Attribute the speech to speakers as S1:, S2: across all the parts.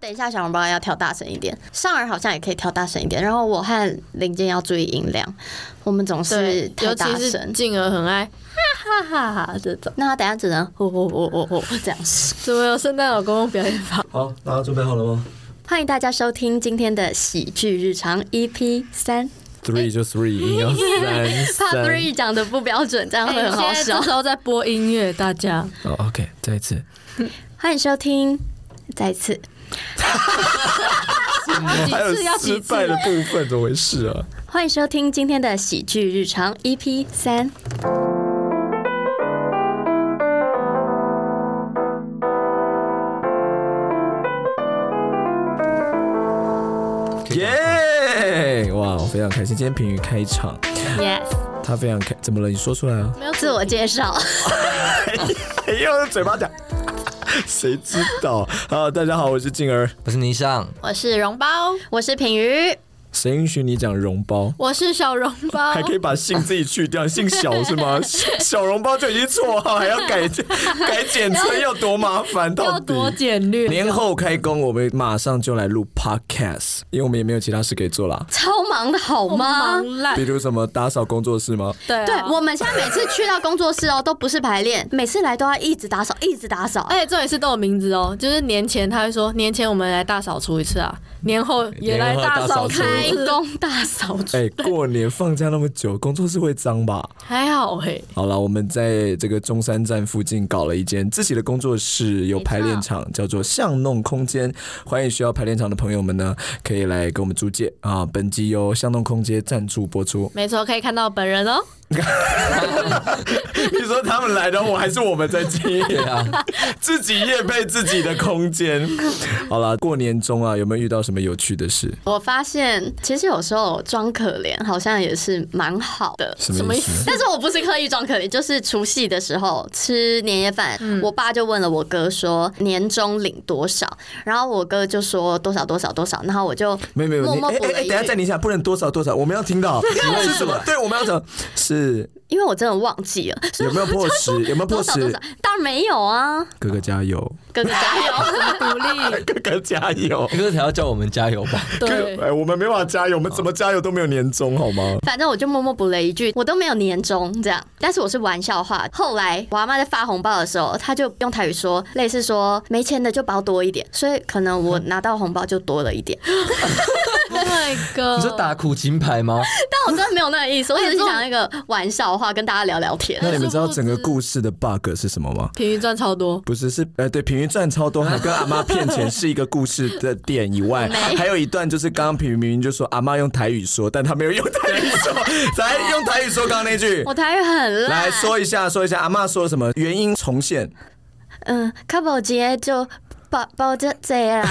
S1: 等一下，小笼包要调大声一点，上饵好像也可以调大声一点。然后我和林健要注意音量，我们总是
S2: 对，
S1: 太
S2: 尤
S1: 大
S2: 其是
S1: 声。
S2: 静儿很爱哈哈哈哈这种。
S1: 那他等一下只能吼吼吼吼吼这样子。
S2: 怎么有圣诞老公公表演法？
S3: 好，大家准备好了吗
S1: 欢迎大家收听今天的喜剧日常 EP 三
S3: ？Three 就 three，一二三
S1: Part
S3: 三。
S1: Three 讲的不标准，这
S2: 哎
S1: 样会很好
S2: 现在
S1: 笑
S2: 这。时候在播音乐，大家
S3: 哦，OK，再一次。
S1: 欢迎收听，哎再一次
S2: 几次 要几次？
S3: 的部分，怎么回事啊？
S1: 欢迎收听今天的喜剧日常 EP 三。
S3: 耶！哇，我非常开心。今天评语开场，
S1: Yes，
S3: 他非常开，怎么了？你说出来啊！
S2: 没有
S1: 自我介绍。
S3: 哎呦，嘴巴讲， 谁知道？好，大家好，我是静儿。
S4: 我是霓裳，
S2: 我是绒包，
S1: 我是品瑜，
S3: 谁允许你讲绒包？
S2: 我是小绒包
S3: 还，可以把姓自己去掉，姓小是吗？小小笼包就已经绰号，还要改 改简称，要多麻烦到
S2: 要
S3: 底？
S2: 多简略。
S3: 年后开工，我们马上就来录 podcast，因为我们也没有其他事可以做啦，
S1: 超忙的好
S2: 我
S1: 吗？
S2: 忙啊烂
S3: 比，如什么打扫工作室吗？
S2: 对
S1: 对
S2: 啊
S1: 我们现在每次去到工作室哦，都不是排练， 每次来都要一直打扫，一直打扫。哎、
S2: 而且重点是都有名字哦，就是年前他会说，年前我们来大扫除一次啊，年后也来大扫除
S1: 开
S2: 一次，
S1: 工大扫除，
S3: 哎、过年放假那么久，工作室会脏吧？
S2: 还好嘿，。
S3: 好了，我们在这个中山站附近搞了一间自己的工作室，有排练场，叫做巷弄空间。欢迎需要排练场的朋友们呢，可以来给我们租借啊。本集由巷弄空间赞助播出
S2: 没错，可以看到本人哦。
S3: 你说他们来的，我还是我们在接啊？ 自己夜配自己的空间。 好了，过年中啊，有没有遇到什么有趣的事？
S1: 我发现其实有时候装可怜好像也是蛮好的。
S3: 什么意思？
S1: 但是我不是刻意装可怜，就是除夕的时候吃年夜饭，我爸就问了我哥说年终领多少，然后我哥就说多少多少多少，然后我就
S3: 没有没有，
S1: 默
S3: 你
S1: 默
S3: 哎
S1: 补
S3: 哎
S1: 了
S3: 哎，等
S1: 一
S3: 一下暂
S1: 句，
S3: 停一下，不能多少多少，我们要 听到是什么？对，我们要讲是
S1: 因为我真的忘记了，所以
S3: 有没有破十？ 有没有破
S1: 多少多
S3: 十
S1: 少？当然没有啊，
S3: 哥哥加油，
S1: 哥哥加 油！
S2: 鼓励，
S3: 哥哥加油！
S4: 哥才要叫我们加油 吧？
S2: 对，
S3: 哎，我们没办法加油，我们怎么加油都没有年终好吗？
S1: 反正我就默默补了一句，我都没有年终这样，但是我是玩笑话。后来我阿妈在发红包的时候，她就用台语说，类似说没钱的就包多一点，所以可能我拿到红包就多了一点，
S2: Oh my
S4: 你
S2: god！
S4: 说打苦情牌吗？
S1: 但我真的没有那个意思，我只是讲一个玩笑话跟大家聊聊天。
S3: 那你们知道整个故事的 bug 是什么吗？
S2: 平均赚超多，
S3: 不是，是呃，对，平云赚超多，还跟阿妈骗钱是一个故事的点以外，还有一段就是刚刚平云明明就说阿妈用台语说，但他没有用台语说，来用台语说刚刚那句，
S1: 我台语很烂，
S3: 来说一下，说一下阿妈说了什么，原因重现。
S1: 嗯，卡宝节就包包这这 啦，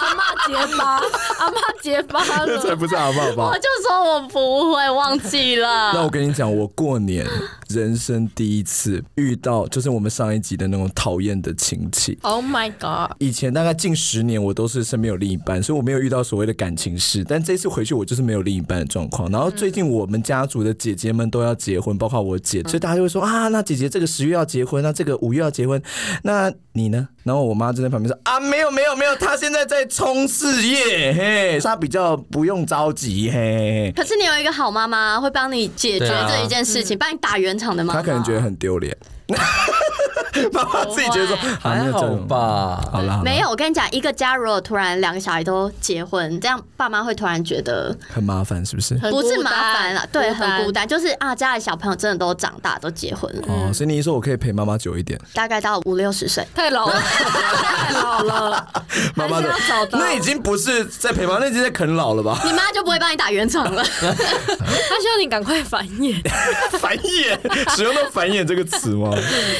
S2: 阿妈结巴，阿妈结巴
S3: 这才
S2: 了，
S3: 不是阿爸吧
S1: 我？就说我不会忘记
S3: 那
S1: 了。
S3: 我跟你讲，我过年人生第一次遇到，就是我们上一集的那种讨厌的亲戚。
S2: Oh my god！
S3: 以前大概近十年，我都是身边有另一半，所以我没有遇到所谓的感情事。但这次回去，我就是没有另一半的状况。然后最近我们家族的姐姐们都要结婚，包括我姐，所以大家就会说啊，那姐姐这个十月要结婚，那这个五月要结婚，那你呢？然后我妈就在旁边说啊，没有没有没有，她现在在冲事业，嘿，她比较不用着急，嘿嘿嘿。
S1: 可是你有一个好妈妈，会帮你解决
S4: 对啊
S1: 这一件事情，帮你打圆场的妈妈。
S3: 他可能觉得很丢 脸。妈妈自己觉得说啊没
S4: 哦哎还
S3: 有这
S4: 好
S3: 种
S4: 吧？
S3: 好啦，好啦
S1: 没有，我跟你讲，一个家如果突然两个小孩都结婚，这样爸妈会突然觉得
S3: 很麻烦，是不是？
S2: 很
S1: 不
S2: 孤
S1: 是麻
S2: 单
S1: 烦了，对，很孤。单。嗯就是啊，家里小朋友真的都长大，都结婚了，
S3: 哦，所以你一说我可以陪妈妈久一点，
S1: 大概到五六十岁。
S2: 太老了，太老了，
S3: 妈妈的
S2: 还是要找到
S3: 那已经不是在陪妈，那已经在啃老了吧？
S1: 你妈就不会帮你打圆场了，
S2: 他希望你赶快繁衍。
S3: 繁衍，使用到繁衍这个词吗？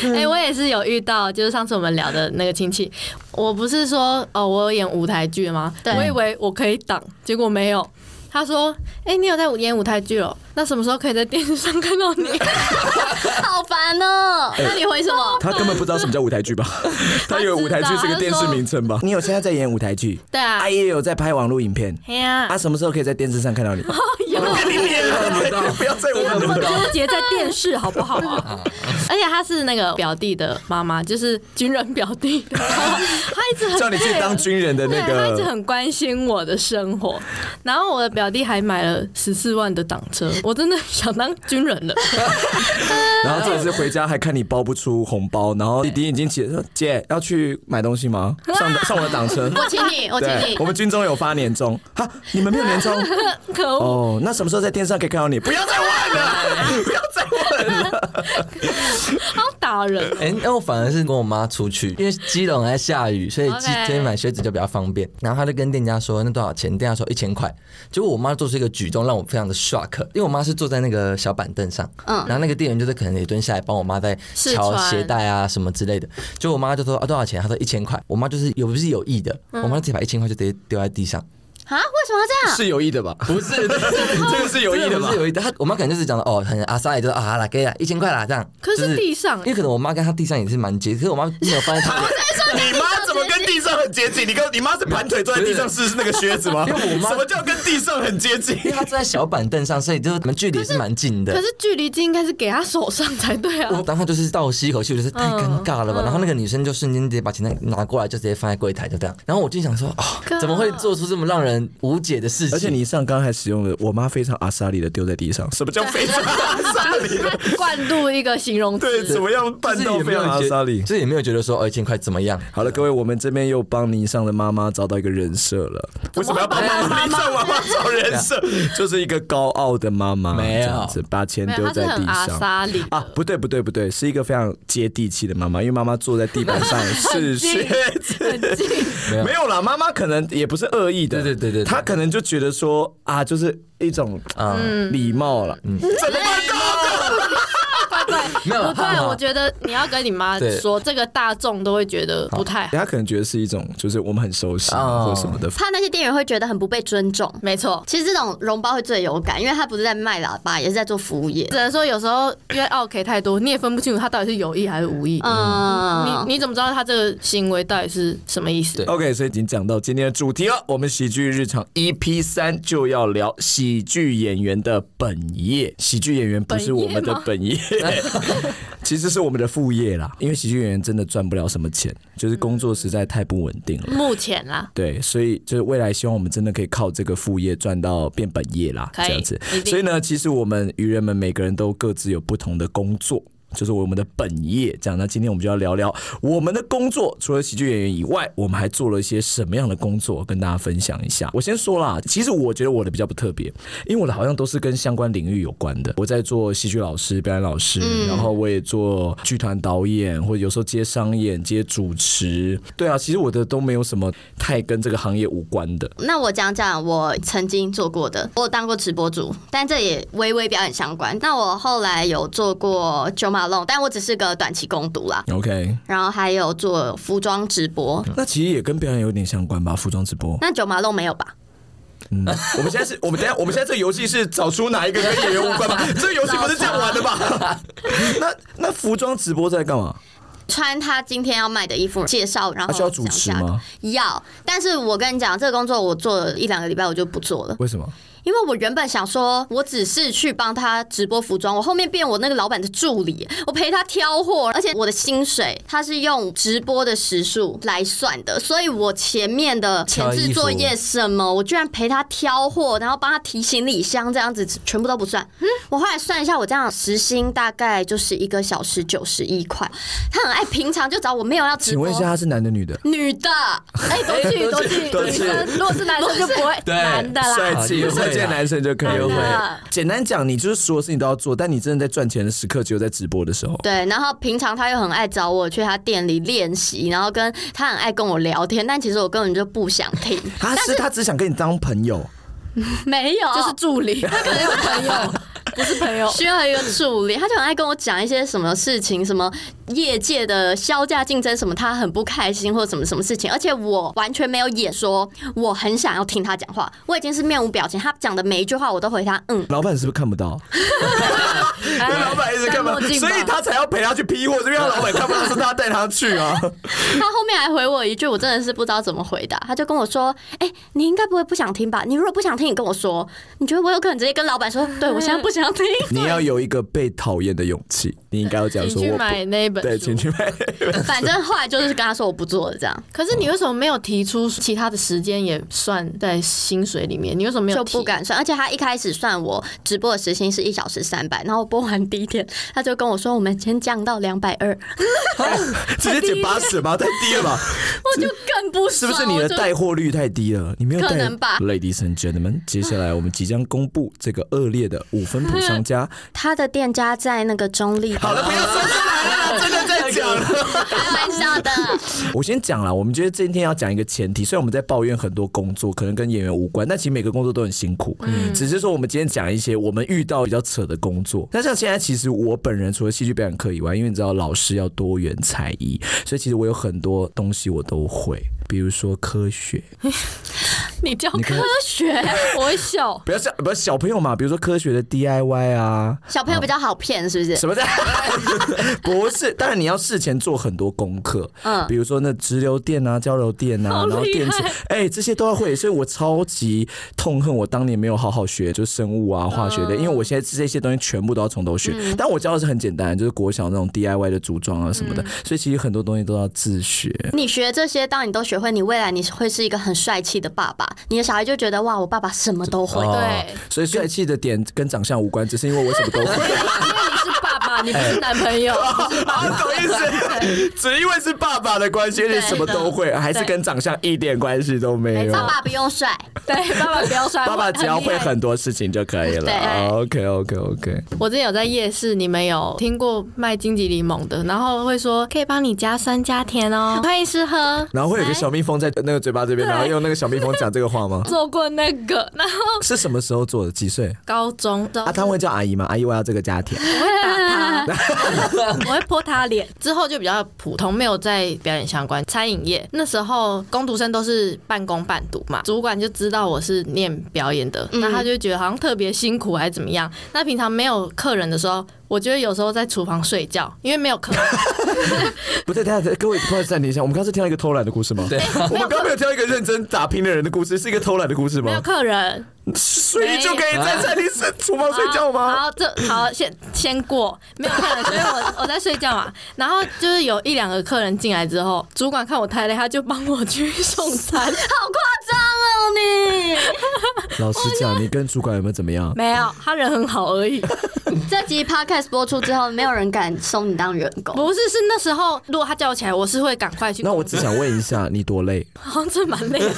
S2: 哎、我也是有遇到，就是上次我们聊的那个亲戚，我不是说哦，我有演舞台剧吗？
S1: 对
S2: 我以为我可以挡，结果没有。他说：“哎、你有在演舞台剧了？那什么时候可以在电视上看到你？
S1: 好烦哦、 那你回什么？
S3: 他根本不知道什么叫舞台剧 吧？他以为舞台剧是个电视名称吧？你有现在在演舞台剧？
S2: 对啊
S3: 阿也有在拍网络影片。
S2: 哎呀、
S3: 啊，什么时候可以在电视上 看到你？
S2: 啊
S3: 我跟你脸了，不要再问
S2: 那
S3: 我
S2: 么纠结在电视好不好啊？而且他是那个表弟的妈妈，就是军人表 弟的妈妈，他一直很
S3: 叫你去当军人的
S2: 对，
S3: 那
S2: 他一直
S3: 个。
S2: 很关心我的生活。然后我的表弟还买了十四万的挡车，我真的想当军人了。
S3: 然后这次回家还看你包不出红包，然后弟弟已经起了说：“姐要去买东西吗？上上我的挡 车。”
S1: 我请 你，我请
S3: 对
S1: 你，
S3: 我。们军中有发年终，哈，你们没有年终
S2: 可恶！
S3: 哦，那什么时候在电视上可以看到你？不要再问了，不要再问了。
S2: 好打
S3: 哦
S2: 人。
S4: 哎、那我反而是跟我妈出去，因为基隆还下雨，所以
S2: OK
S4: 今天买靴子就比较方便。然后她就跟店家说那多少钱，店家说一千块。结果我妈做出一个举动让我非常的 shock，因为我妈是坐在那个小板凳上，
S1: 嗯
S4: 然后那个店员就是可能也蹲下来帮我妈在
S2: 试
S4: 瞧
S2: 穿
S4: 鞋带啊什么之类的。结果我妈就说啊多少钱，她说一千块。我妈就是有不是有意的，我妈直接把一千块就直接丢在地上。
S1: 啊，为什么要这样？
S3: 是有意的吧？
S4: 不是，
S3: 这个是有意的吧
S4: 不是？有意的。她我妈可能就是讲的哦，很阿萨也就是啊啦，给啦一千块啦这样。
S2: 可
S4: 就是
S2: 地上哦
S4: 因为可能我妈跟她地上也是蛮接，可是我妈没有放在 她的。
S3: 你妈怎么跟地上很接近？你跟你妈是盘腿坐在地上是那个靴子吗？
S4: 因为我妈
S3: 什么叫跟地上很接近？
S4: 因为她坐在小板凳上，所以就是我们距离也是蛮近
S2: 可
S4: 的。
S2: 是距离近应该是给他手上才对啊
S4: 我。当下就是倒吸一口气，我就是太尴
S2: 嗯
S4: 尬了吧。然后那个女生就瞬间直接把钱拿过来，就直接放在柜台，就这样。然后我就想说，哦，怎么会做出这么让人无解的事 情？
S3: 而且你上刚还使用了我妈非常阿莎里的丢在地上，什么叫非常阿莎里？
S2: 他灌入一个形容
S3: 对，
S2: 词
S3: 怎，么样办
S4: 就是
S3: 到
S4: 也没
S3: 非
S4: 有
S3: 常阿
S4: 觉
S3: 莎里？
S4: 就是也没有觉得说哦一千块怎么样。
S3: 好了，各位，我们这边又帮霓裳的妈妈找到一个人设了。为什么要帮妈妈？霓裳妈妈找人设，就是一个高傲的妈妈，
S4: 没
S3: 这
S4: 有
S3: 样子把钱
S2: 没有，
S3: 丢
S2: 他是
S3: 在地
S2: 很阿
S3: 上。
S2: 莎里
S3: 啊，不对不对不对，是一个非常接地气的妈妈，因为妈妈坐在地 板上是
S2: 近
S3: 靴子，
S2: 很近，
S4: 没 有
S3: 没有啦，妈妈可能也不是恶意的，
S4: 对对对对对
S3: 她可能就觉得说啊，就是一种
S4: 啊，
S3: 礼貌了，
S4: 嗯
S3: 怎么办
S2: 怪怪。
S4: 没有啊
S2: 不
S4: 还
S2: 对，
S4: 好
S2: 我觉得你要跟你妈
S4: 对
S2: 说，这个大众都会觉得不太好。
S3: 她可能觉得是一种就是我们很熟悉
S4: 哦
S3: 或什么的，
S1: 怕那些店员会觉得很不被尊重。
S2: 没错，
S1: 其实这种容包会最有感，因为他不是在卖喇叭，也是在做服务业
S2: 只。能说有时候因为 OK 太多，你也分不清楚他到底是有意还是无意。
S1: 嗯，
S2: 你你怎么知道他这个行为到底是什么意思
S4: 对？
S3: OK，所以已经讲到今天的主题了。我们喜剧日常 EP 三就要聊喜剧演员的本业。喜剧演员不是我们的 本业，其实是我们的副业啦。因为喜剧演员真的赚不了什么钱，就是工作实在太不稳定了。
S2: 目前啦，
S3: 对，所以就是未来希望我们真的可以靠这个副业赚到变本业啦，
S2: 可以
S3: 这样子
S2: 一。定
S3: 所以呢，其实我们愚人们每个人都各自有不同的工作。就是我们的本业，这样。那今天我们就要聊聊我们的工作，除了喜剧演员以外，我们还做了一些什么样的工作，跟大家分享一下。我先说啦，其实我觉得我的比较不特别，因为我的好像都是跟相关领域有关的。我在做戏剧老师、表演老师，然后我也做剧团导演，或者有时候接商演、接主持。对啊，其实我的都没有什么太跟这个行业无关的。
S1: 那我讲讲我曾经做过的，我有当过直播主，但这也微微表演相关。那我后来有做过 Jo Malone，但我只是个短期攻读啦。
S3: OK，
S1: 然后还有做服装直播，
S3: 那其实也跟表演有点相关吧，服装直播。
S1: 那 Jo Malone 没有吧？
S3: 嗯，我们现在是我们等一下，我们现在这个游戏是找出哪一个跟演员无 关吗？这个游戏不是这样玩的吧？ 那那服装直播在干嘛？
S1: 穿他今天要卖的衣服，介绍，然后
S3: 啊需要主持
S1: 讲价格
S3: 吗？
S1: 要，但是我跟你讲，这个工作我做了一两个礼拜我就不做了，
S3: 为什么？
S1: 因为我原本想说，我只是去帮他直播服装，我后面变我那个老板的助理，我陪他挑货，而且我的薪水他是用直播的时数来算的，所以我前面的前
S4: 挑衣
S1: 置
S4: 服
S1: 作业什么，我居然陪他挑货，然后帮他提行李箱，这样子全部都不算。 我后来算一下，我这样时薪大概就是一个小时九十一块，他很爱平常就找我，没有要直
S3: 请
S1: 播
S3: 问一。下，他是男的女的？
S1: 女的，
S2: 哎，多去多去，
S3: 多
S2: 女
S3: 去
S2: 生 如果是男生就不会，
S4: 对
S2: 男的啦，
S3: 帅
S4: 好
S3: 气
S4: 约会啦
S3: 帅气的男生就可以
S2: 真的
S3: 了。简单讲，你就是所有事情都要做，但你真的在赚钱的时刻，只有在直播的时候。
S1: 对，然后平常他又很爱找我去他店里练习，然后跟他很爱跟我聊天，但其实我根本就不想听，
S3: 他是哎他只想跟你当朋友，
S1: 没有，
S2: 就是助理，他可能有朋友， 不是朋友。
S1: 需要一个助理，他就很爱跟我讲一些什么事情，什么业界的销价竞争什么，他很不开心或者什么什么事情，而且我完全没有演说，我很想要听他讲话，我已经是面无表情，他讲的每一句话我都回他嗯，
S3: 老板是不是看不到？
S2: 哎
S3: 因为老板一直看不到，
S2: 戴墨镜吧
S3: 所以他才要陪他去批货，是因为他老板看不到，是他带他去 啊。
S1: 他后面还回我一句，我真的是不知道怎么回答，他就跟我说，哎、你应该不会不想听吧？你如果不想听，你跟我说，你觉得我有可能直接跟老板说，对我现在不想想听。
S3: 你要有一个被讨厌的勇气，你应该要讲
S2: 请
S3: 说
S2: 去
S3: 我
S2: 买
S3: 不
S2: 那一本
S3: 对，
S2: 书
S3: 请去买。
S1: 反正后来就是跟他说我不做了，这样
S2: 可是你为什么没有提出其他的时间也算在薪水里面？你为什么没有
S1: 就
S2: 提
S1: 不敢算。而且他一开始算我直播的时薪是一小时三百，然后我播完第一天，他就跟我说我们先降到两百二，
S3: 直接减八十吧，太低了吧？
S1: 我就更不
S3: 是
S1: 爽。
S3: 不是你的
S1: 我就
S3: 带货率太低了？你没有带
S1: 可能吧
S3: ？Ladies and gentlemen，接下来我们即将公布这个恶劣的五分谱商家。
S1: 他的店家在那个中立的，
S3: 好了，不要说出来了，真的在讲了。
S1: 开玩笑的，
S3: 我先讲啦，我们觉得今天要讲一个前提，虽然我们在抱怨很多工作可能跟演员无关，但其实每个工作都很辛苦。只是说我们今天讲一些我们遇到比较扯的工作。那像现在，其实我本人除了戏剧表演课以外，因为你知道老师要多元才艺，所以其实我有很多东西我都会，比如说科学。
S2: 你教
S3: 看
S2: 科学， 我会笑。
S3: 不要像不要小朋友嘛，比如说科学的 DIY 啊，
S1: 小朋友比较好骗，是不是？
S3: 什么的， 不是。当然你要事前做很多功课，
S1: 嗯
S3: 比如说那直流电啊、交流电啊，
S2: 好厉
S3: 然
S2: 害
S3: 后电池，哎、这些都要会。所以我超级痛恨我当年没有好好学，就生物
S2: 嗯
S3: 啊、化学的，因为我现在这些东西全部都要从头学。但我教的是很简单，就是国小那种 DIY 的组装啊什
S2: 嗯
S3: 么的，所以其实很多东西都要自学。
S1: 你学这些，当你都学会，你未来你会是一个很帅气的爸爸，你的小孩就觉得哇，我爸爸什么都会。哎
S4: 哦
S2: 对，
S3: 所以帅气的点跟长相无关，只是因为我什么 都会。
S2: 因为你是爸爸，你不是男朋 友。
S3: 啊，不好意思， 只因为是爸爸的关系，而且什么都会，还是跟长相一点关系都没有。
S1: 爸爸不用帅，
S2: 对，爸爸不要摔。
S3: 爸爸只要会
S2: 厉害。
S3: 很多事情就可以了。
S1: 对
S3: OK OK OK，
S2: 我之前有在夜市，你们有听过卖金桔柠檬的，然后会说可以帮你加酸加甜哦， 欢迎试喝。？
S3: 然后会有个小蜜蜂在那个嘴巴这边，然后用那个小蜜蜂讲这个话吗
S2: 做过 那个，然后
S3: 是什么时候做的？几岁？
S2: 高中的
S3: 啊，他会叫阿姨吗？阿姨，我要这个家 庭。
S2: 我会打他，我会泼他脸。之后就比较普通，没有在表演相关。餐饮业那时候工读生都是半工半读嘛，主管就知道我是念表演的，那他就觉得好像特别辛苦还是怎么样。那平常没有客人的时候。我觉得有时候在厨房睡觉，因为没有客 人，
S3: 不对，等一下，各位不好意思暂停一下，我们刚刚是听到一个偷懒的故事吗？对， 我们刚刚没有听到一个认真打拼的人的故事，是一个偷懒的故事
S2: 没有
S3: 吗？啊
S2: 客人。
S3: 所以就可以在餐厅 是厨房睡觉吗？
S2: 好，这好先先过，没有客人， 所以我我在睡觉嘛。然后就是有一两个客人进来之后，主管看我太累，他就帮我去送餐。
S1: 好夸张哦你！
S3: 老实讲，你跟主管有没有怎么样？
S2: 没有，他人很好而已。
S1: 这集 podcast 播出之后，没有人敢收你当员工。
S2: 不是，是那时候如果他叫我起来，我是会赶快去工
S3: 那
S2: 作。
S3: 我只想问一下，你多 累？
S2: 好像真蛮累 的。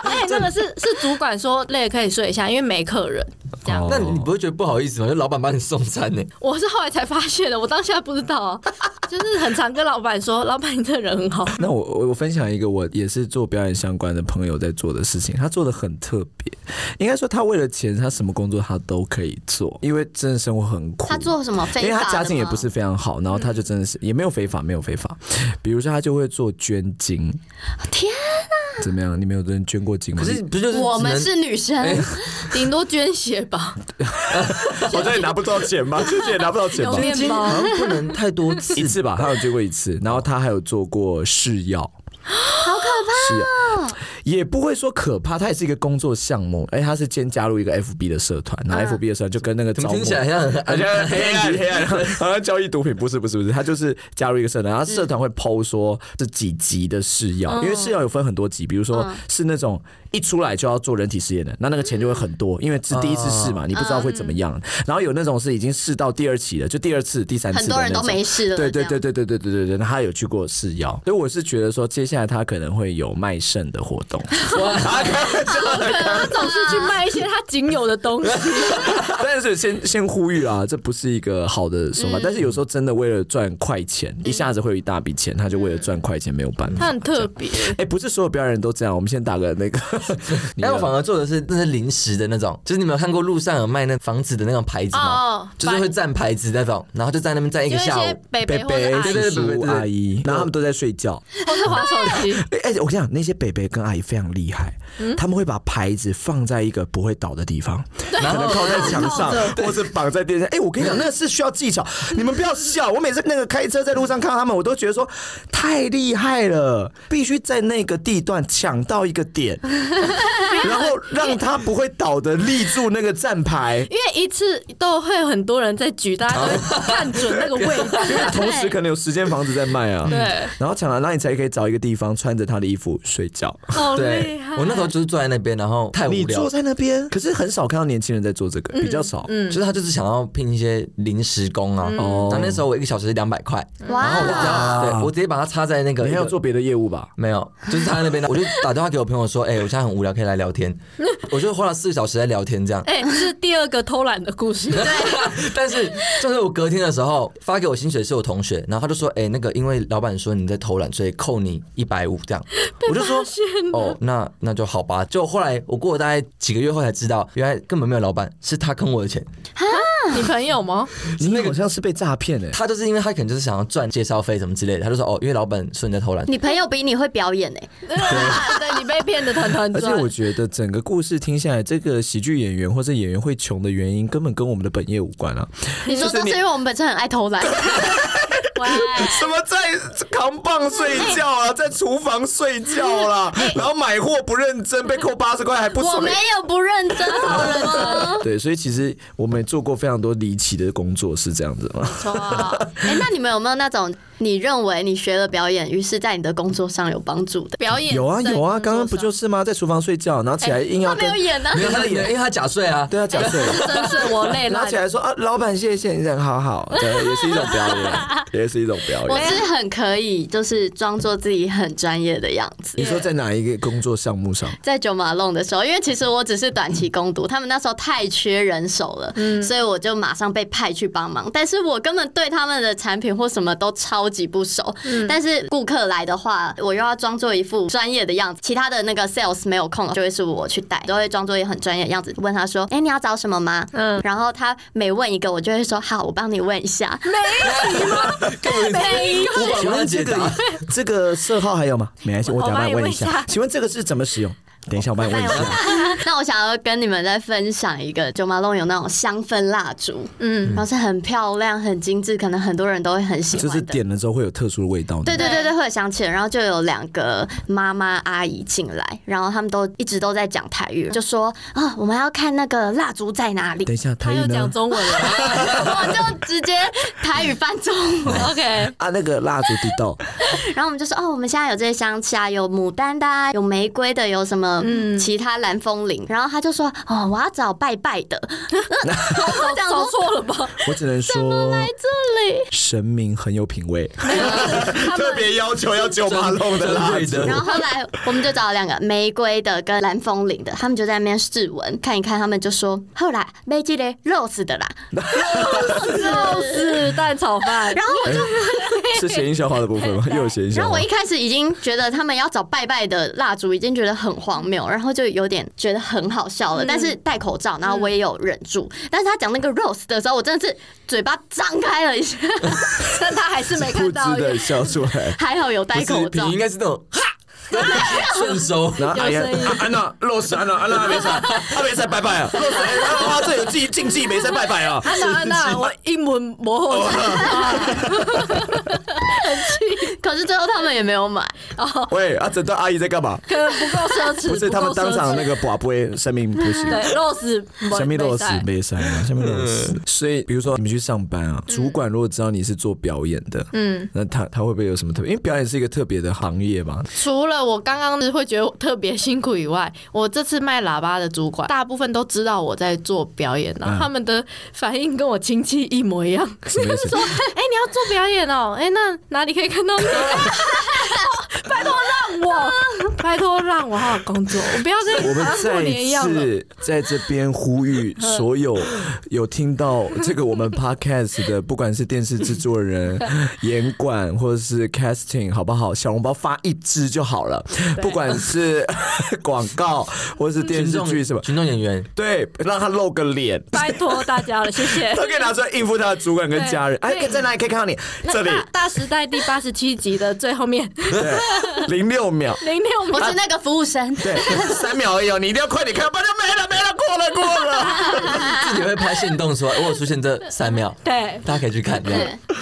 S2: 哎、那个是是主管说累了可以睡一下，因为没客人。这样，
S3: 哦
S4: 那你不会觉得不好意思吗？就老板帮你送餐呢、
S2: 我是后来才发现的，我当下不知道啊，就是很常跟老板说， 老板你这人很好。
S3: 那我我我分享一个我也是做表演相关的朋友在做的事情，他做的很特别，应该说他为了钱，他什么工作他都可以做，因为真的生活很苦。
S1: 他做什么非
S3: 因
S1: 法
S3: 为
S1: 的吗？
S3: 他家境也不是非常好，然后他就真的是也没有非法，没有非法。比如说他就会做捐精，
S1: 天，
S3: 怎么样？你们有人捐过精吗？
S4: 可是不就是只能
S1: 我们是女生，
S2: 顶多捐血 吧，
S3: 好像也拿不到钱 吧，自己也拿不到钱
S2: 有哦面
S4: 金
S2: 包
S4: 好。 像不能太多次
S3: 一次吧，他有捐过一次，然后他还有做过试药，好可怕、是也不会说可怕，他也是一个工作项目，哎，他是先加入一个 FB 的社团，然后 FB 的社团就跟那个
S4: 怎
S3: 招
S4: 么
S3: 募
S4: 听起来 好像很
S3: 好像黑暗黑暗，好像交易毒品，不是不是不是，他就是加入一个社团，然后社团会抛说这几级的试药，因为试药有分很多级，比如说是那种一出来就要做人体试验的，那那个钱就会很多，因为是第一次试嘛，你不知道会怎么样。然后有那种是已经试到第二期了，就第二次、第三次的
S1: 很多人都
S3: 那种
S1: 没事了。
S3: 对
S1: 这
S3: 对
S1: 样
S3: 对对对对对对对，他有去过试药，所以我是觉得说，接下来他可能会有卖肾的活动，
S2: 他总是去卖一些他仅有的东西。
S3: 但是先先呼吁啊，这不是一个好的手法，但是有时候真的为了赚快钱，一下子会有一大笔钱，他就为了赚快钱没有办
S2: 他
S3: 法。
S2: 很特别，
S3: 哎，不是所有表演人都这样，我们先打个 那个，你要
S4: 但哎我反而做的是那是临时的那种，就是你们有看过路上有卖那房子的那种牌子
S2: 哦哦
S4: 吗？就是会站牌子那种，然后就在那边站一
S2: 因
S4: 个
S2: 为一
S4: 下
S2: 些
S4: 午。
S2: 北
S3: 北
S2: 北或
S3: 北
S2: 者阿
S4: 对对对
S2: 姨
S4: 对
S3: 叔叔阿姨，然后他们都在睡觉。
S2: 或是滑手机，
S3: 哎、哎，我跟你讲，那些北北跟阿姨非常厉害，他们会把牌子放在一个不会倒的地方，
S4: 然
S3: 可能
S4: 后
S3: 靠在墙上，或者绑在电线。哎、我跟你讲，那个是需要技巧。你们不要笑，我每次那个开车在路上看到他们，我都觉得说太厉害了，必须在那个地段抢到一个点，然后让他不会倒的立住那个站牌，
S2: 因为一次都会很多人在举，大家都会看准那个位置。
S3: 因为同时可能有十间房子在卖啊。
S2: 对，
S3: 然后抢了，那你才可以找一个地方穿着他的衣服睡觉。
S2: 好厉
S4: 对
S2: 害！
S4: 我那时候就是坐在那边，然后太无
S3: 你
S4: 聊
S3: 坐，在那边，可是很少看到年轻人在做这个，比较少。
S2: 嗯
S4: 就是他就是想要拼一些临时工啊。
S3: 哦
S4: 然后那时候我一个小时是两百块，
S2: 嗯
S4: 然后我就
S1: 哇，
S4: 只要对我直接把它插在那个
S3: 你还
S4: 一
S3: 有
S4: 个
S3: 做别的业务吧？
S4: 没有，就是他在那边，我就打电话给我朋友说，哎、我现在很无聊，可以来聊天。我就花了四个小时在聊天这样，
S2: 哎，这是第二个偷懒的故事。
S4: 但是就是我隔天的时候发给我薪水是我同学，然后他就说，哎、那个因为老板说你在偷懒，所以扣你一百五这样。我就说，哦，那那就好吧。就后来我过了大概几个月后才知道，原来根本没有老板，是他坑我的钱。
S2: 你朋友吗？
S3: 嗯你好像是被诈骗哎。
S4: 他就是因为他可能就是想要赚介绍费什么之类的，他就说哦，因为老板 说你在偷懒。
S1: 你朋友比你会表演哎呢、
S2: 对，你被骗的团团
S3: 而且
S2: 转。
S3: 我觉得整个故事听下来，这个喜剧演员或者演员会穷的原因，根本跟我们的本业无关啊。
S1: 你说这是因为我们本身很爱偷懒，
S3: 什么在扛棒睡觉啊，在厨房睡觉啦，然后买货不认真，被扣八十块还不
S1: 哎我没有不认真，啊好认真。
S3: 对，所以其实我们也做过非常多离奇的工作，是这样子吗？
S1: 哇，哎、那你们有没有那种你认为你学了表演，于是在你的工作上有帮助的？
S2: 表演
S3: 有啊
S2: 在
S3: 有啊，
S2: 工作
S3: 刚刚不
S2: 上
S3: 就是吗？在厨房睡觉，然后起来硬要
S1: 他没
S3: 跟
S1: 有演呢、啊
S4: 没，有他的眼，因为他假睡啊。
S3: 对啊假 睡，
S2: 真是我累
S3: 然
S2: 烂
S3: 后起。来说啊，老板谢谢你人好好，对，也是一种表 演，也是一种表
S1: 我
S3: 演。
S1: 是很可以，就是装作自己很专业的样子
S3: 你。说在哪一个工作项目上？
S1: 在九马弄的时候，因为其实我只是短期攻读，他们那时候太缺人手了，所以我就马上被派去帮忙。但是我根本对他们的产品或什么都超级不熟，但是顾客来的话，我又要装作一副专业的样子，其他的那个 sales 没有空，就会是我去带，都会装作也很专业的样子，问他说：“哎、你要找什么吗？”嗯，然后他每问一个，我就会说：“好，我帮你问一下。
S4: 无法
S3: 请
S4: 帮他
S3: 问
S4: 解
S3: 哎这
S4: 答
S3: 个。这个色号还有吗？没关系，我等下
S2: 我
S3: 帮
S2: 帮
S3: 你
S2: 你
S3: 问一
S2: 问一
S3: 下
S2: 下。
S3: 请问这个是怎么使用？等一下，我帮你问一下。
S1: 那我想要跟你们再分享一个九马弄有那种香氛蜡烛，嗯，然后是很漂亮、很精致，可能很多人都会很喜欢
S3: 就
S1: 的。
S3: 是点了之后会有特殊的味道。
S1: 对对对
S2: 对
S1: 对，会有想起来，然后就有两个妈妈阿姨进来，然后他们都一直都在讲台语，就说啊，我们要看那个蜡烛在哪里
S3: 等，一下，
S2: 他
S3: 台语
S2: 又
S3: 呢
S2: 讲？中文了
S1: 我就直接台语翻中 文，
S2: ，OK，
S3: 啊，那个蜡烛地道，
S1: 然后我们就说哦，我们现在有这些香气啊，有牡丹的、啊，有玫瑰的，有什么其他蓝风铃，然后他就说哦，我要找拜拜的，我讲
S2: 找
S1: 说
S2: 错了吧？
S3: 我只能说
S1: 这里，
S3: 神明很有品味，
S2: 他们
S3: 别要求要九
S4: 八弄的蜡烛
S1: 然后后来我们就找了两个玫瑰的跟蓝风铃的，他们就在那边试闻看一看，他们就说后来被这个 rose 的啦，
S2: 就是蛋炒饭，然后
S3: 是谐音笑话的部分吗？又有谐音
S1: 然
S3: 笑
S1: 后
S3: 话
S1: 我一。开始已经觉得他们要找拜拜的蜡烛，已经觉得很荒谬，然后就有点觉得很好笑了。但是戴口罩，然后我也有忍住。但是他讲那个 rose 的时候，我真的是嘴巴张开了一下，
S2: 但他还是没
S3: 噗
S2: 看到
S3: 嗤。的笑出 来。
S1: 还好有
S4: 不
S1: 戴
S4: 是
S1: 口
S4: 你
S1: 罩
S4: 应。该是那种哈， 顺手。
S3: 然后哎呀
S2: 有声音，
S3: 安娜落实安娜，安娜没赛，他没赛拜拜啊，落实安娜这有自己禁忌，没赛拜拜啊。
S2: 安娜安娜，我英文模糊
S1: 可是最后他们也没有买。
S3: 喂，啊，整段阿姨在干嘛？
S2: 可能不够奢侈，
S3: 不是他们
S2: 够奢侈
S3: 当场那个寡不会生命不 行。
S2: 对 rose，
S3: 下面都有死没塞啊，下面都有死。所以，比如说你们去上班啊，主管如果知道你是做表演的，嗯，那他他会不会有什么特别？因为表演是一个特别的行业嘛，
S2: 除了我刚刚是会觉得我特别辛苦以外，我这次卖喇叭的主管大部分都知道我在做表演，然
S3: 嗯
S2: 后他们的反应跟我亲戚一模一样，
S3: 什么意思
S2: 说：“哎、你要做表演哦、哎、那哪里可以看到你？ 拜托让我， 拜托让我好好工作，我不要再
S3: 我们
S2: 像过
S3: 再
S2: 年一样了。
S3: 次在这边呼吁所有有听到这个我们 podcast 的，不管是电视制作 人、演管或者是 casting，好不好？小笼包发一支就好了，不管是 广告或是电
S4: 群
S3: 视
S4: 众
S3: 剧什么，
S4: 群众演员，
S3: 对，让他露个 脸。
S2: 拜托大家了，谢谢。
S3: 他可以拿出来应付他的主管跟
S2: 对
S3: 家人。哎，
S2: 对
S3: 可以在哪里可以看到你？ 这里
S2: 大大时代第八十七集的最后面
S3: 对，零六秒，
S2: 零六
S1: 我
S2: 秒，
S1: 是那个服务生，
S3: 对，三秒而已哦，你一定要快点看，不然就没了，没了，过了，看过 了。
S4: 自己会拍线动说， 我有出现这三秒，
S2: 对，
S4: 大家可以去看。这样
S1: 对，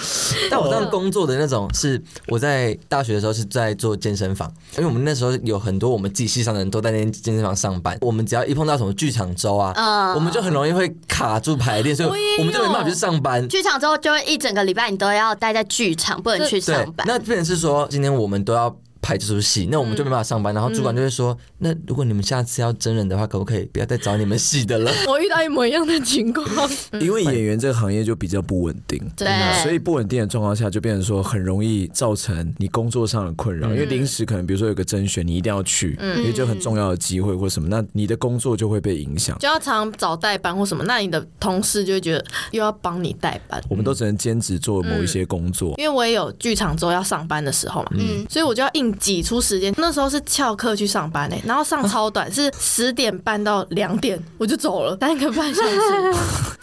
S4: 但我当时工作的那种是我在大学的时候是在做健身房，因为我们那时候有很多我们自己系上的人都在那间健身房上班，我们只要一碰到什么剧场周啊，
S1: 嗯
S4: 我们就很容易会卡住排练，所以
S2: 我也有
S4: 我们就没办法去上班。
S1: 剧场之后就会一整个礼拜你都要待在剧场，不能去
S4: 对
S1: 上，班。
S4: 那变成是说今天我们都要。排这出戏，那我们就没办法
S1: 嗯
S4: 上班。然后主管就会说：“那如果你们下次要真人的话，可不可以不要再找你们戏的了
S2: 我遇到一模一样的情况。
S3: 因为演员这个行业就比较不稳定。
S1: 对
S3: 所以不稳定的状况下，就变成说很容易造成你工作上的困
S2: 嗯
S3: 扰，因为临时可能比如说有个甄选，你一定要去，因为就很重要的机会或什么，那你的工作就会被影响。
S2: 就要常找代班或什么，那你的同事就会觉得又要帮你代班。
S3: 我们都只能兼职做某一些工作，
S2: 因为我也有剧场周要上班的时候嘛，所以我就要硬挤出时间。那时候是翘课去上班诶、欸然后上超短，是十点半到两点我就走了，三个半小时，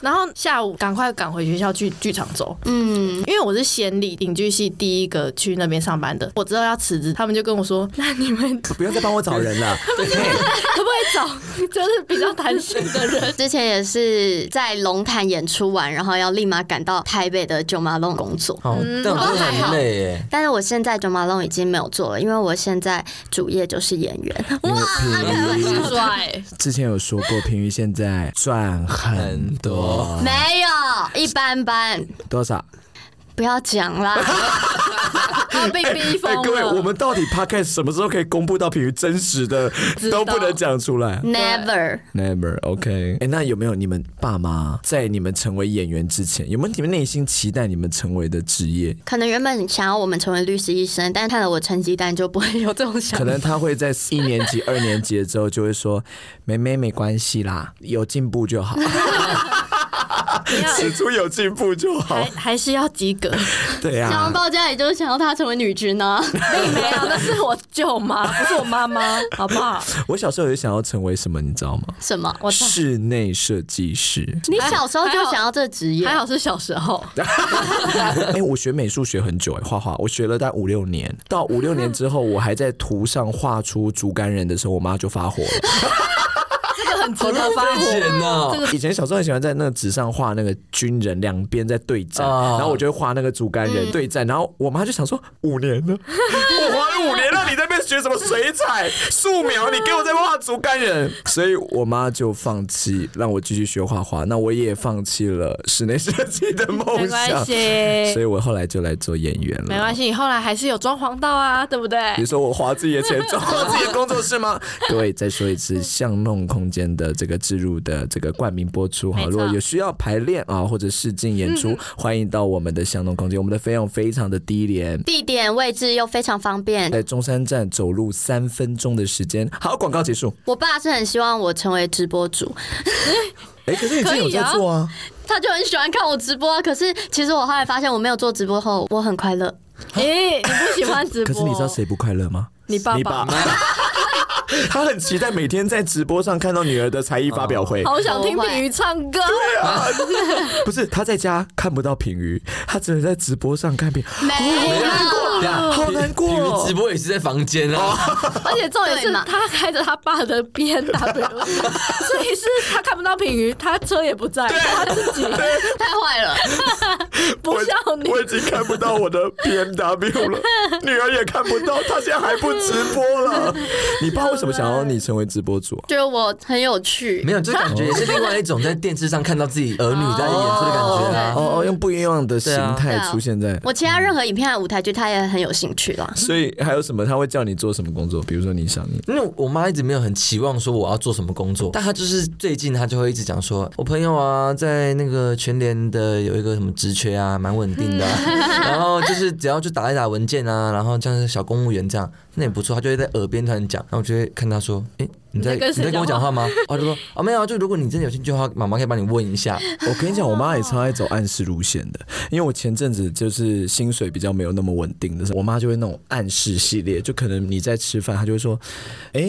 S2: 然后下午赶快赶回学校去剧场周。
S1: 嗯，
S2: 因为我是先里影剧系第一个去那边上班的，我知道要辞职，他们就跟我说：“ 那你们可
S3: 不要再帮我找 人了。
S2: 不可以找 就是比较弹性的人
S1: 之前也是在龙潭演出完，然后要立马赶到台北的九马龙工作？”。
S4: 哦，但我真的
S1: 嗯还好
S4: 很累耶。
S1: 但是我现在九马龙已经没有做了，因为我现在主业就是演员。
S3: 因为平？”
S2: 很
S3: 瑜
S2: 帅、
S3: 之前有说过，平瑜现在赚很多，
S1: 没有，一般般，
S3: 多少？
S1: 不要讲 啦。
S2: 啊被逼疯
S3: 哎，
S2: 了。
S3: 各位，我们到底 podcast 什么时候可以公布到平瑜真实的
S2: 知道
S3: 都不能讲出来
S1: Never，
S3: ？Never OK。哎，那有没有你们爸妈在你们成为演员之前，有没有你们内心期待你们成为的职业？
S1: 可能原本想要我们成为律师、医生，但看了我成绩单就不会有这 种想
S3: 可
S1: 法。
S3: 能他会在一年级、二年级的时候就会说：“妹妹没关系啦， 有进步就好，
S2: 要
S3: 始终有进步就
S2: 还
S3: 好。
S2: 还是要及格。”
S3: 对呀、
S1: 小
S3: 啊
S1: 笼。包家里就是想要她成为女军 呢、
S2: 并没有，那是我舅 妈，不是我妈妈，好不好？
S3: 我小时候也想要成为什么，你知道吗？
S1: 什么？我操！
S3: 室内设计师。
S1: 你小时候就想要这职业
S2: 还？好是小时候，
S3: 哎、我学美术学很久、哎，画画我学了大概五六年。到五六年之后，我还在图上画出竹竿人的时候，我妈就发火 了。
S2: 这个很值
S4: 好
S2: 得
S4: 浪
S1: 啊
S2: 发
S4: 费
S2: 火。
S4: 钱哦！
S3: 以前小时候很喜欢在那个纸上画那个军人，两边在对战，
S4: 哦
S3: 然后我就会画那个竹竿人对战。然后我妈就想说，五 年呢，我画了五年了，你在那边学什么水彩、素描？你给我在画竹竿人。所以我妈就放弃让我继续学画画，那我也放弃了室内设计的梦
S2: 没关
S3: 想。所
S2: 系，
S3: 以我后来就来做演员了。
S2: 没关系，你后来还是有装潢到啊，对不对
S3: 你？说我花自己的钱装自己的工作室吗？各位再说一次，巷弄空间的这个置入的这个冠名播出
S2: 没错嗯
S3: 哈，如果有需要排练啊或者试镜演出，欢迎到我们的巷弄空间，我们的费用非常的低廉。
S2: 嗯
S1: 地点位置又非常方便，
S3: 在中山站走路三分钟的时间。好，广告结束。
S1: 我爸是很希望我成为直播主，
S3: 哎，可是你今天有在做啊？
S1: 他就很喜欢看我直播啊。可是其实我后来发现，我没有做直播后，我很快乐。
S2: 咦，你不喜欢啊直
S3: 可
S2: 播？
S3: 是你知道？谁不快乐吗？
S2: 你爸 爸。
S3: 他很期待每天在直播上看到女儿的才艺发表会。
S2: 好想听品瑜唱 歌，
S3: 不是他在家看不到品瑜，他只能在直播上看品。
S1: 没
S4: 对啊
S3: 好难过
S4: 你
S3: 哦
S4: 们直播也是在房间啊，
S2: 而且重点是
S1: 对嘛
S2: 他开着他爸的 B N W，所 以是他看不到品瑜，他车也不在，他自己
S1: 太坏了，
S2: 不像你
S3: 我，我已经看不到我的 B M W 了，女儿也看不到，她现在还不直播 了。你爸为什么想要你成为直播主啊？
S1: 觉得我很有趣
S4: 没。有，就感觉也是另外一种在电视上看到自己儿女在演出的感觉啊。
S3: 哦哦，用不一样的形态
S1: 对啊
S3: 出现在。
S1: 我其他任何影片、舞台剧，他也很有兴趣啦。
S3: 所以还有什么？他会叫你做什么工作？比如说你想你
S4: 因为我妈一直没有很期望说我要做什么工作，但她就是最近她就会一直讲说，我朋友啊，在那个全联的有一个什么职缺啊，蛮稳定 的啊、然后就是只要去打一打文件啊，然后像是小公务员这样，那也不错。她就会在耳边突然讲，然后我就会看她说，诶，你在
S2: 你在跟
S4: 你
S2: 谁
S4: 在跟我
S2: 讲
S4: 讲话吗？哦，她就说哦没有啊，就如果你真的有兴趣的话，妈妈可以帮你问一下。
S3: 我跟你讲，我妈也超爱走暗示路线的，因为我前阵子就是薪水比较没有那么稳定的时候，我妈就会那种暗示系列，就可能你在吃饭，她就会说：“哎、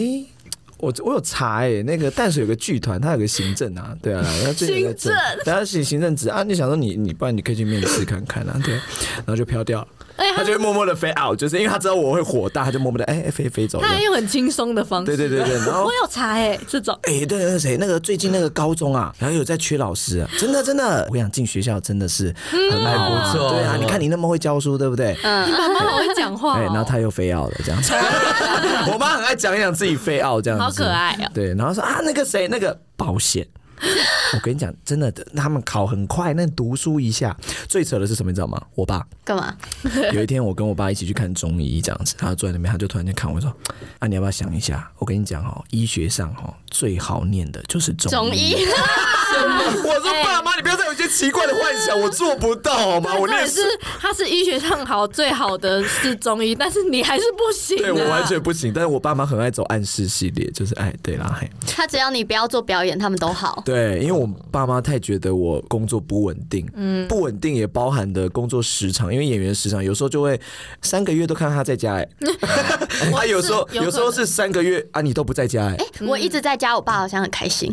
S3: 我我有查哎、那个淡水有个剧团，它有个行政啊，对啊，然后最近有在 啊争，然后行行政职啊，你想说你你，不然你可以去面试看看啊，对，然后就飘掉了。
S2: 而且
S3: 他
S2: 他
S3: 就会默默的飞 out，就是因为他知道我会火大，他就默默的哎、飞飞走了。
S2: 他还用很轻松的方
S3: 对
S2: 式，
S3: 对对 对，然后
S2: 我有查哎、这 种
S3: 哎、对，那个谁，那个最近那个高中 啊，然后有在缺老师、啊，真的真的，我想进学校真的是很好、啊，
S4: 嗯不错
S3: 对啊，你看你那么会教书，对不对？
S1: 嗯
S2: 你爸妈好会讲话、
S3: 哎、然后
S2: 哦，
S3: 他又飞奥了，这样子。我妈很爱讲一讲自己飞奥这样子，
S2: 好可爱哦
S3: 对，然后说啊，那个谁，那个保险。我跟你讲，真的，他们考很快，那读书一下。最扯的是什么，你知道吗？我爸
S1: 干嘛？
S3: 有一天，我跟我爸一起去看中医，这样子，然后坐在那边，他就突然间看我说：“啊，你要不要想一下？我跟你讲哦，医学上哦，最好念的就是中
S1: 中医
S3: 我说：“爸妈，你不要再有一些奇怪的幻想，我做不到好吗？
S2: 重
S3: 我念
S2: 点是他是医学上好最好的是中医，但是你还是不行、啊，
S3: 对我完全不行，但是我爸妈很爱走暗示系列，就是哎，对啦，嘿，
S1: 他只要你不要做表演，他们都好。
S3: 对，因为我爸妈太觉得我工作不稳定，嗯，不稳定也包含的工作时长，因为演员时长有时候就会三个月都看到他在家、 欸，哎，他有时候
S2: 有可能
S3: 有时候是三个月啊，你都不在家、欸，哎、
S1: 我一直在家，我爸好像很开心。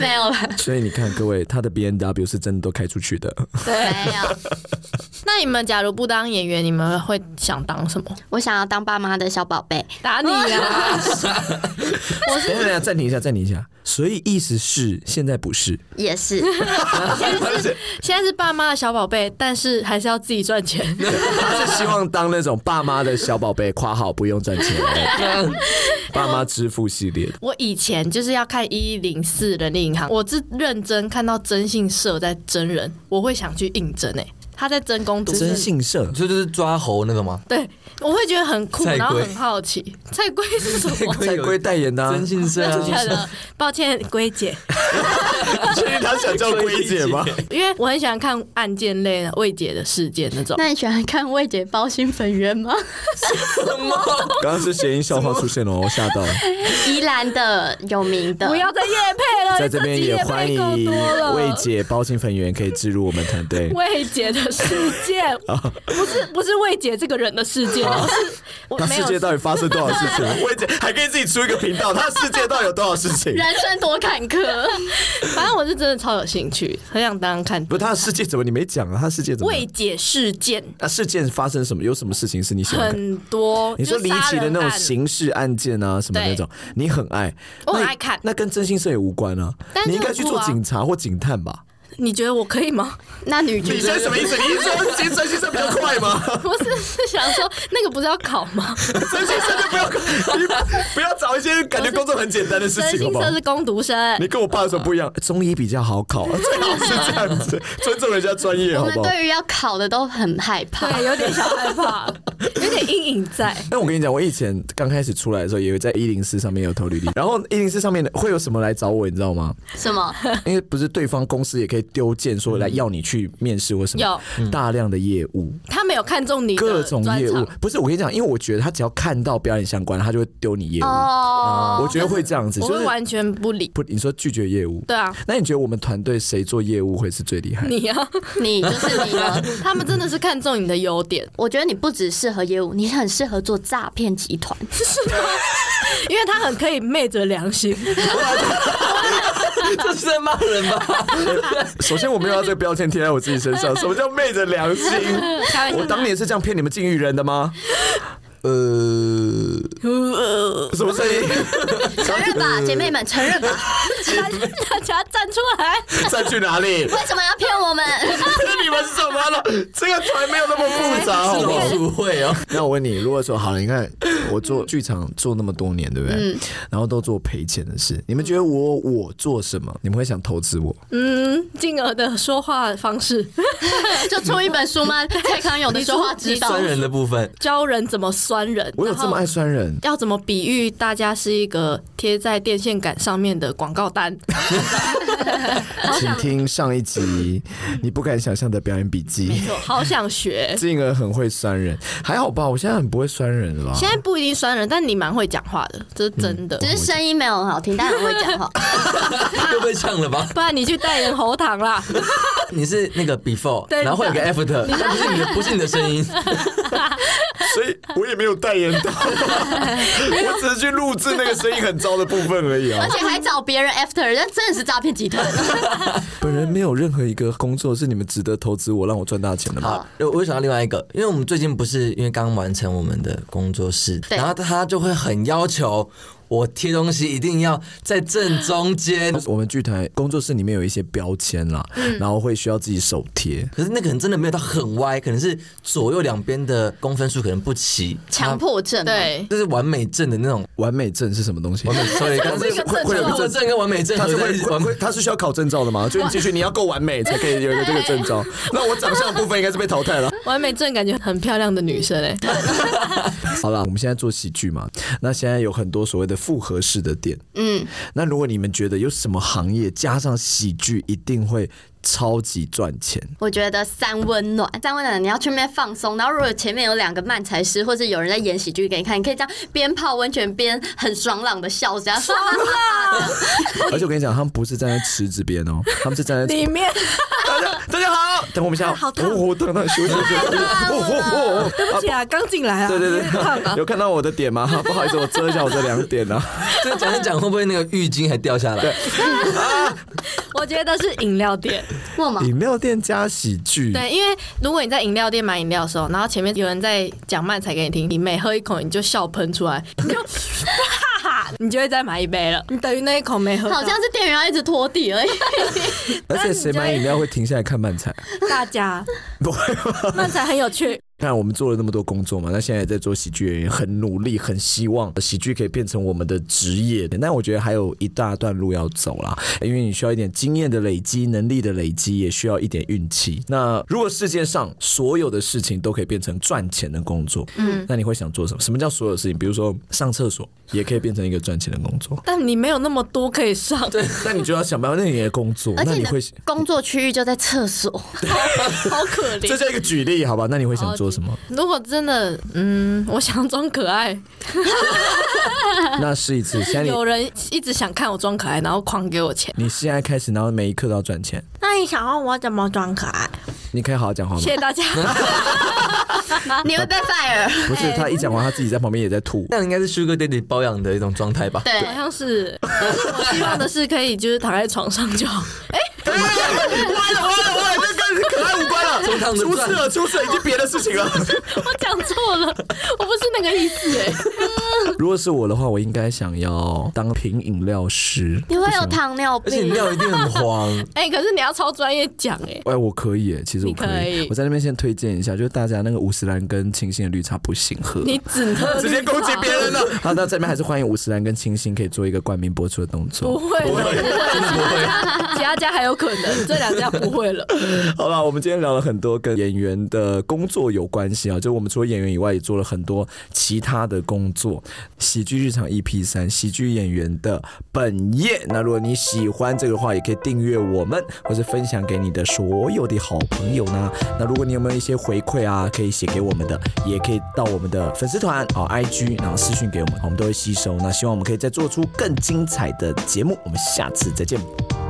S1: 没有吧？
S3: 所以你看各位，他的 B N W 是真的都开出去的，
S1: 没有。
S2: 那你们假如不当演员，你们会想当什么？
S1: 我想要当爸妈的小宝贝。
S2: 打你啊！
S3: 等一下等一下暂停一下，暂停一下，所以意思是现在不是，
S1: 也是，
S2: 现在是爸妈的小宝贝，但是还是要自己赚钱。
S3: 他是希望当那种爸妈的小宝贝，夸好不用 赚钱，爸妈支付系列的。
S2: 我以前就是要看一零四人力银行，我是认真看到征信社在真人，我会想去应征诶、欸他在真攻读
S3: 征信社
S4: 你，说就是抓猴那个 吗？
S2: 对，我会觉得很酷，
S4: 菜龟
S2: 然后很好奇。菜龟是什么？
S3: 蔡圭代言的、啊，
S4: 真心社啊，
S2: 真假的？抱歉，龟姐，
S3: 确定他想叫龟姐吗？
S2: 因为我很喜欢看案件类的未解的事件那种。
S1: 那你喜欢看魏姐包心粉圆吗？
S3: 刚刚是谐音笑话出现了，哦我吓 到了。
S1: 宜兰的有名的，
S2: 不要再夜配了，
S3: 在这边也欢迎
S2: 你自己业配够多了
S3: 魏姐包心粉圆可以置入我们团队。
S2: 魏姐的事 件，不是不是魏姐这个人的事件，而是 我
S3: 他
S2: 没
S3: 哦世
S2: 有
S3: 界到底发生多少事情？ 魏姐还可以自己出一个频道，他世界到底有多少事情？
S1: 人生多坎 坷。
S2: 反正我是真的超有兴趣，很想当看
S3: 不是他的世界怎么你没讲啊？他的世界怎么？
S2: 未解事件
S3: 啊，事件发生什么？有什么事情是你喜欢看？
S2: 很多，
S3: 你说
S2: 就是
S3: 离
S2: 杀
S3: 奇的
S2: 人
S3: 那种
S2: 案，
S3: 刑事案件啊，什么那种，你很爱，
S2: 我很
S3: 那
S2: 爱看
S3: 那跟真心社也无关啊。
S2: 但是
S3: 你应该去
S2: 很酷
S3: 做
S2: 啊
S3: 警察或警探吧？
S2: 你觉得我可以吗？
S1: 那女
S3: 你
S2: 啊
S1: 主
S3: 现在什么 意思？你是说真真心社比较快 吗？
S2: 不是是想说那个不是要考 吗？
S3: 真心社就不要， 你不要找一些感觉工作很简单的事
S2: 真
S3: 情，好
S2: 心
S3: 不好
S2: 社？是攻读生
S3: 你，跟我爸有什么不一样？ 中医比较好考，啊 最好是这样子，尊重人家专业，
S1: 我
S3: 好
S1: 们
S3: 不好？
S1: 对于要考的都很害怕。
S2: 对，有点小害怕，有点阴影在。
S3: 但我跟你讲，我以前刚开始出来的时候，也有在一零四上面有投履历，然后一零四上面的会有什么来找我，你知道吗？
S1: 什么？
S3: 因为不是对方公司也可以丢件说来要你去面试或什么，
S2: 有
S3: 大量的业务，
S2: 他没有看中你的
S3: 各种
S2: 专
S3: 业
S2: 长
S3: 务，不是我跟你讲，因为我觉得他只要看到表演相关的，他就会丢你业务，啊
S1: 哦，
S3: 我觉得会这样子，
S2: 我
S3: 就
S2: 会
S3: 是
S2: 完全不理。
S3: 不，你说拒绝业务，
S2: 对啊，
S3: 那你觉得我们团队谁做业务会是最厉害？
S2: 你啊，
S1: 你就是你了。
S2: 他们真的是看中你的优点，
S1: 我觉得你不只适合业务，你很适合做诈骗集团。
S2: 因为他很可以昧着良心。
S4: 这是在骂人 吧？
S3: 首先，我没有要这个标签贴在我自己 身上。什么叫昧着良心？
S2: 开玩笑
S3: 我当年是这样骗你们禁欲人的吗？呃，
S4: 呃
S3: 什么声 音？
S1: 承认吧，姐妹们，承认吧，
S2: 大家站出来！
S3: 站去哪里？
S1: 为 什么要骗我 们？
S3: 骗你们是什么了？这个团没有那么复杂， 好
S4: 是
S3: 不好
S4: 老？鼠会哦，
S3: 那我问你，如果说好了，你看我做剧场做那么多年，对不对？
S2: 嗯
S3: 然后都做赔钱的事，你们觉得我我做什么？你们会想投资我？
S2: 嗯，静儿的说话方式，
S1: 就出一本书 吗？蔡康永的说话指导
S4: 酸人的部分，
S2: 教人怎么酸人。
S3: 我有这么爱？酸人？
S2: 要怎么比喻大家是一个贴在电线杆上面的广告单？嗯
S3: 请听上一集你不敢想象的表演笔
S2: 没
S3: 记。
S2: 错，好想学。
S3: 进而很会酸人，还好吧？我现在很不会酸人了吧？
S2: 现在不一定酸人，但你蛮会讲话的，这是真的。
S1: 只是声音没有很好听，但很会讲话。
S4: 又被呛了吧？
S2: 不然你去代言喉糖啦。
S4: 你是那个 before，
S2: 对
S4: 然后会有个 after，但不是你的，不是你的声音，
S3: 所以我也没有代言 到，我只是去录制那个声音很糟的部分而已啊
S1: 而。且还找别人 after，那真的是诈骗集 团。
S3: 本人没有任何一个工作是你们值得投资我让我赚大钱的吗？
S4: 好，我我又想到另外一个，因为我们最近不是因为刚完成我们的工作室，
S1: 对
S4: 然后他就会很要求我贴东西一定要在正中 间。
S3: 我们剧团工作室里面有一些标签啦，然后会需要自己手贴。
S4: 可是那个人真的没有到很歪，可能是左右两边的公分数可能不齐，
S1: 强迫症，，啊
S2: 对，
S4: 就是完美正的 那种。
S3: 完美证是什么东西？
S4: 完美，sorry，刚刚
S3: 这
S4: 是
S3: 个会会有
S4: 强迫
S3: 证，
S4: 症跟完美症
S3: 他
S4: 合
S3: 是
S4: 在
S3: 会
S4: 一起，
S3: 会
S4: 完美
S3: 会，他是需要考证照的吗？就你继续，你要够完美才可以有一个这个证照。那我长相的部分应该是被淘汰了。
S2: 完美症感觉很漂亮的女生哎、
S3: 好了，我们现在做喜剧嘛，那现在有很多所谓的复合式的店。
S1: 嗯，
S3: 那如果你们觉得有什么行业加上喜剧一定会超级赚钱？
S1: 我觉得三温暖，三温暖你要去那边放松，然后如果前面有两个慢才师，或者有人在演喜剧给你看，你可以这样边泡温泉边很爽朗的笑 着，爽朗，
S3: 而且我跟你讲，他们不是站在池子边哦，他们是站在
S2: 里面
S3: 大家大家好，等我们一下，
S2: 好烫
S3: 哦，我等等休息休息，哦哦哦，
S2: 对不起啊，刚进来啊，
S3: 对对
S2: 有点烫
S3: 对，
S2: 啊。
S3: 有看到我的点吗？不好意思，我遮一下我这两点啊。
S4: 这讲一讲会不会那个浴巾还掉下来？
S2: 我觉得是饮料店，
S3: 嗯
S1: 莫嘛，
S3: 饮料店加喜剧，
S2: 对，因为如果你在饮料店买饮料的时候，然后前面有人在讲慢才给你听，你每喝一口你就笑喷出 来，你就哈哈，你就会再买一杯了，你等于那一口没喝到，
S1: 好像是店员要一直拖地而已。
S3: 而且谁买饮料会停下来看漫才？啊
S2: 大家
S3: 不会吧？
S2: 慢才很有趣，，
S3: 当然，我们做了那么多工作嘛，那现在也在做喜剧演员，很努力，很希望喜剧可以变成我们的职业。但我觉得还有一大段路要走啦，因为你需要一点经验的累积、能力的累积，也需要一点运气。那如果世界上所有的事情都可以变成赚钱的工作，嗯，那你会想做什么？什么叫所有事情？比如说上厕所也可以变成一个赚钱的工作
S2: 但你没有那么多可以上，
S3: 对，那你就要想办法，那你的工作，
S1: 而
S3: 那
S1: 且
S3: 你
S1: 你
S3: 会。
S1: 的工作区域就在厕 所，
S2: 好可
S3: 这
S2: 怜。
S3: 叫一个举例，好吧？那你会想做什么？
S2: 如果真的，嗯，我想装可爱，
S3: 那试一次。现在你
S2: 有人一直想看我装可爱，然后狂给我钱。
S3: 你现在开始，然后每一刻都要赚钱，
S2: 那你想要我怎么装可爱？
S3: 你可以好好讲话吗？
S2: 谢谢大 家。
S1: 你 会被 fire。
S3: 不是，他一讲完，他自己在旁边也在 吐。
S4: 那应该是 Sugar Daddy 包养的一种状态吧？
S1: 对，
S2: 好像是，我希望的是可以就是躺在床上就好。
S3: 完了完了完了，这跟可爱无关了，
S4: 中堂的
S3: 出事
S4: 钻
S3: 了出事了，已经别的事情了。
S2: 我讲错了，我不是那个意思哎、
S3: 如果是我的话，我应该想要当瓶饮料师。
S1: 你会有糖尿
S4: 而且
S1: 病
S4: 你。料一 定很黄，
S2: 哎、可是你要超专业讲哎、
S3: 哎，我可以耶，其实我可以。
S2: 你可以
S3: 我在那边先推荐一下，就是大家那个五十岚跟清新的绿茶不行喝。
S2: 你只喝
S3: 直接攻击别人了。好，那这边还是欢迎五十岚跟清新可以做一个冠名播出的动
S2: 不
S3: 作。
S2: 会了，真的不会， 其他家还有可能，这两家不会了。
S3: 好了，我们今天聊了很多跟演员的工作有关系啊，就我们除了演员以外，也做了很多其他的工作。喜剧日常 EP 三，喜剧演员的本业。那如果你喜欢这个的话，也可以订阅我们，或是分享给你的所有的好朋友呢。那如果你有没有一些回馈啊，可以写给我们的，也可以到我们的粉丝团哦 IG，然后私讯给我们，我们都会吸收。那希望我们可以再做出更精彩的节目。我们下次再见，拜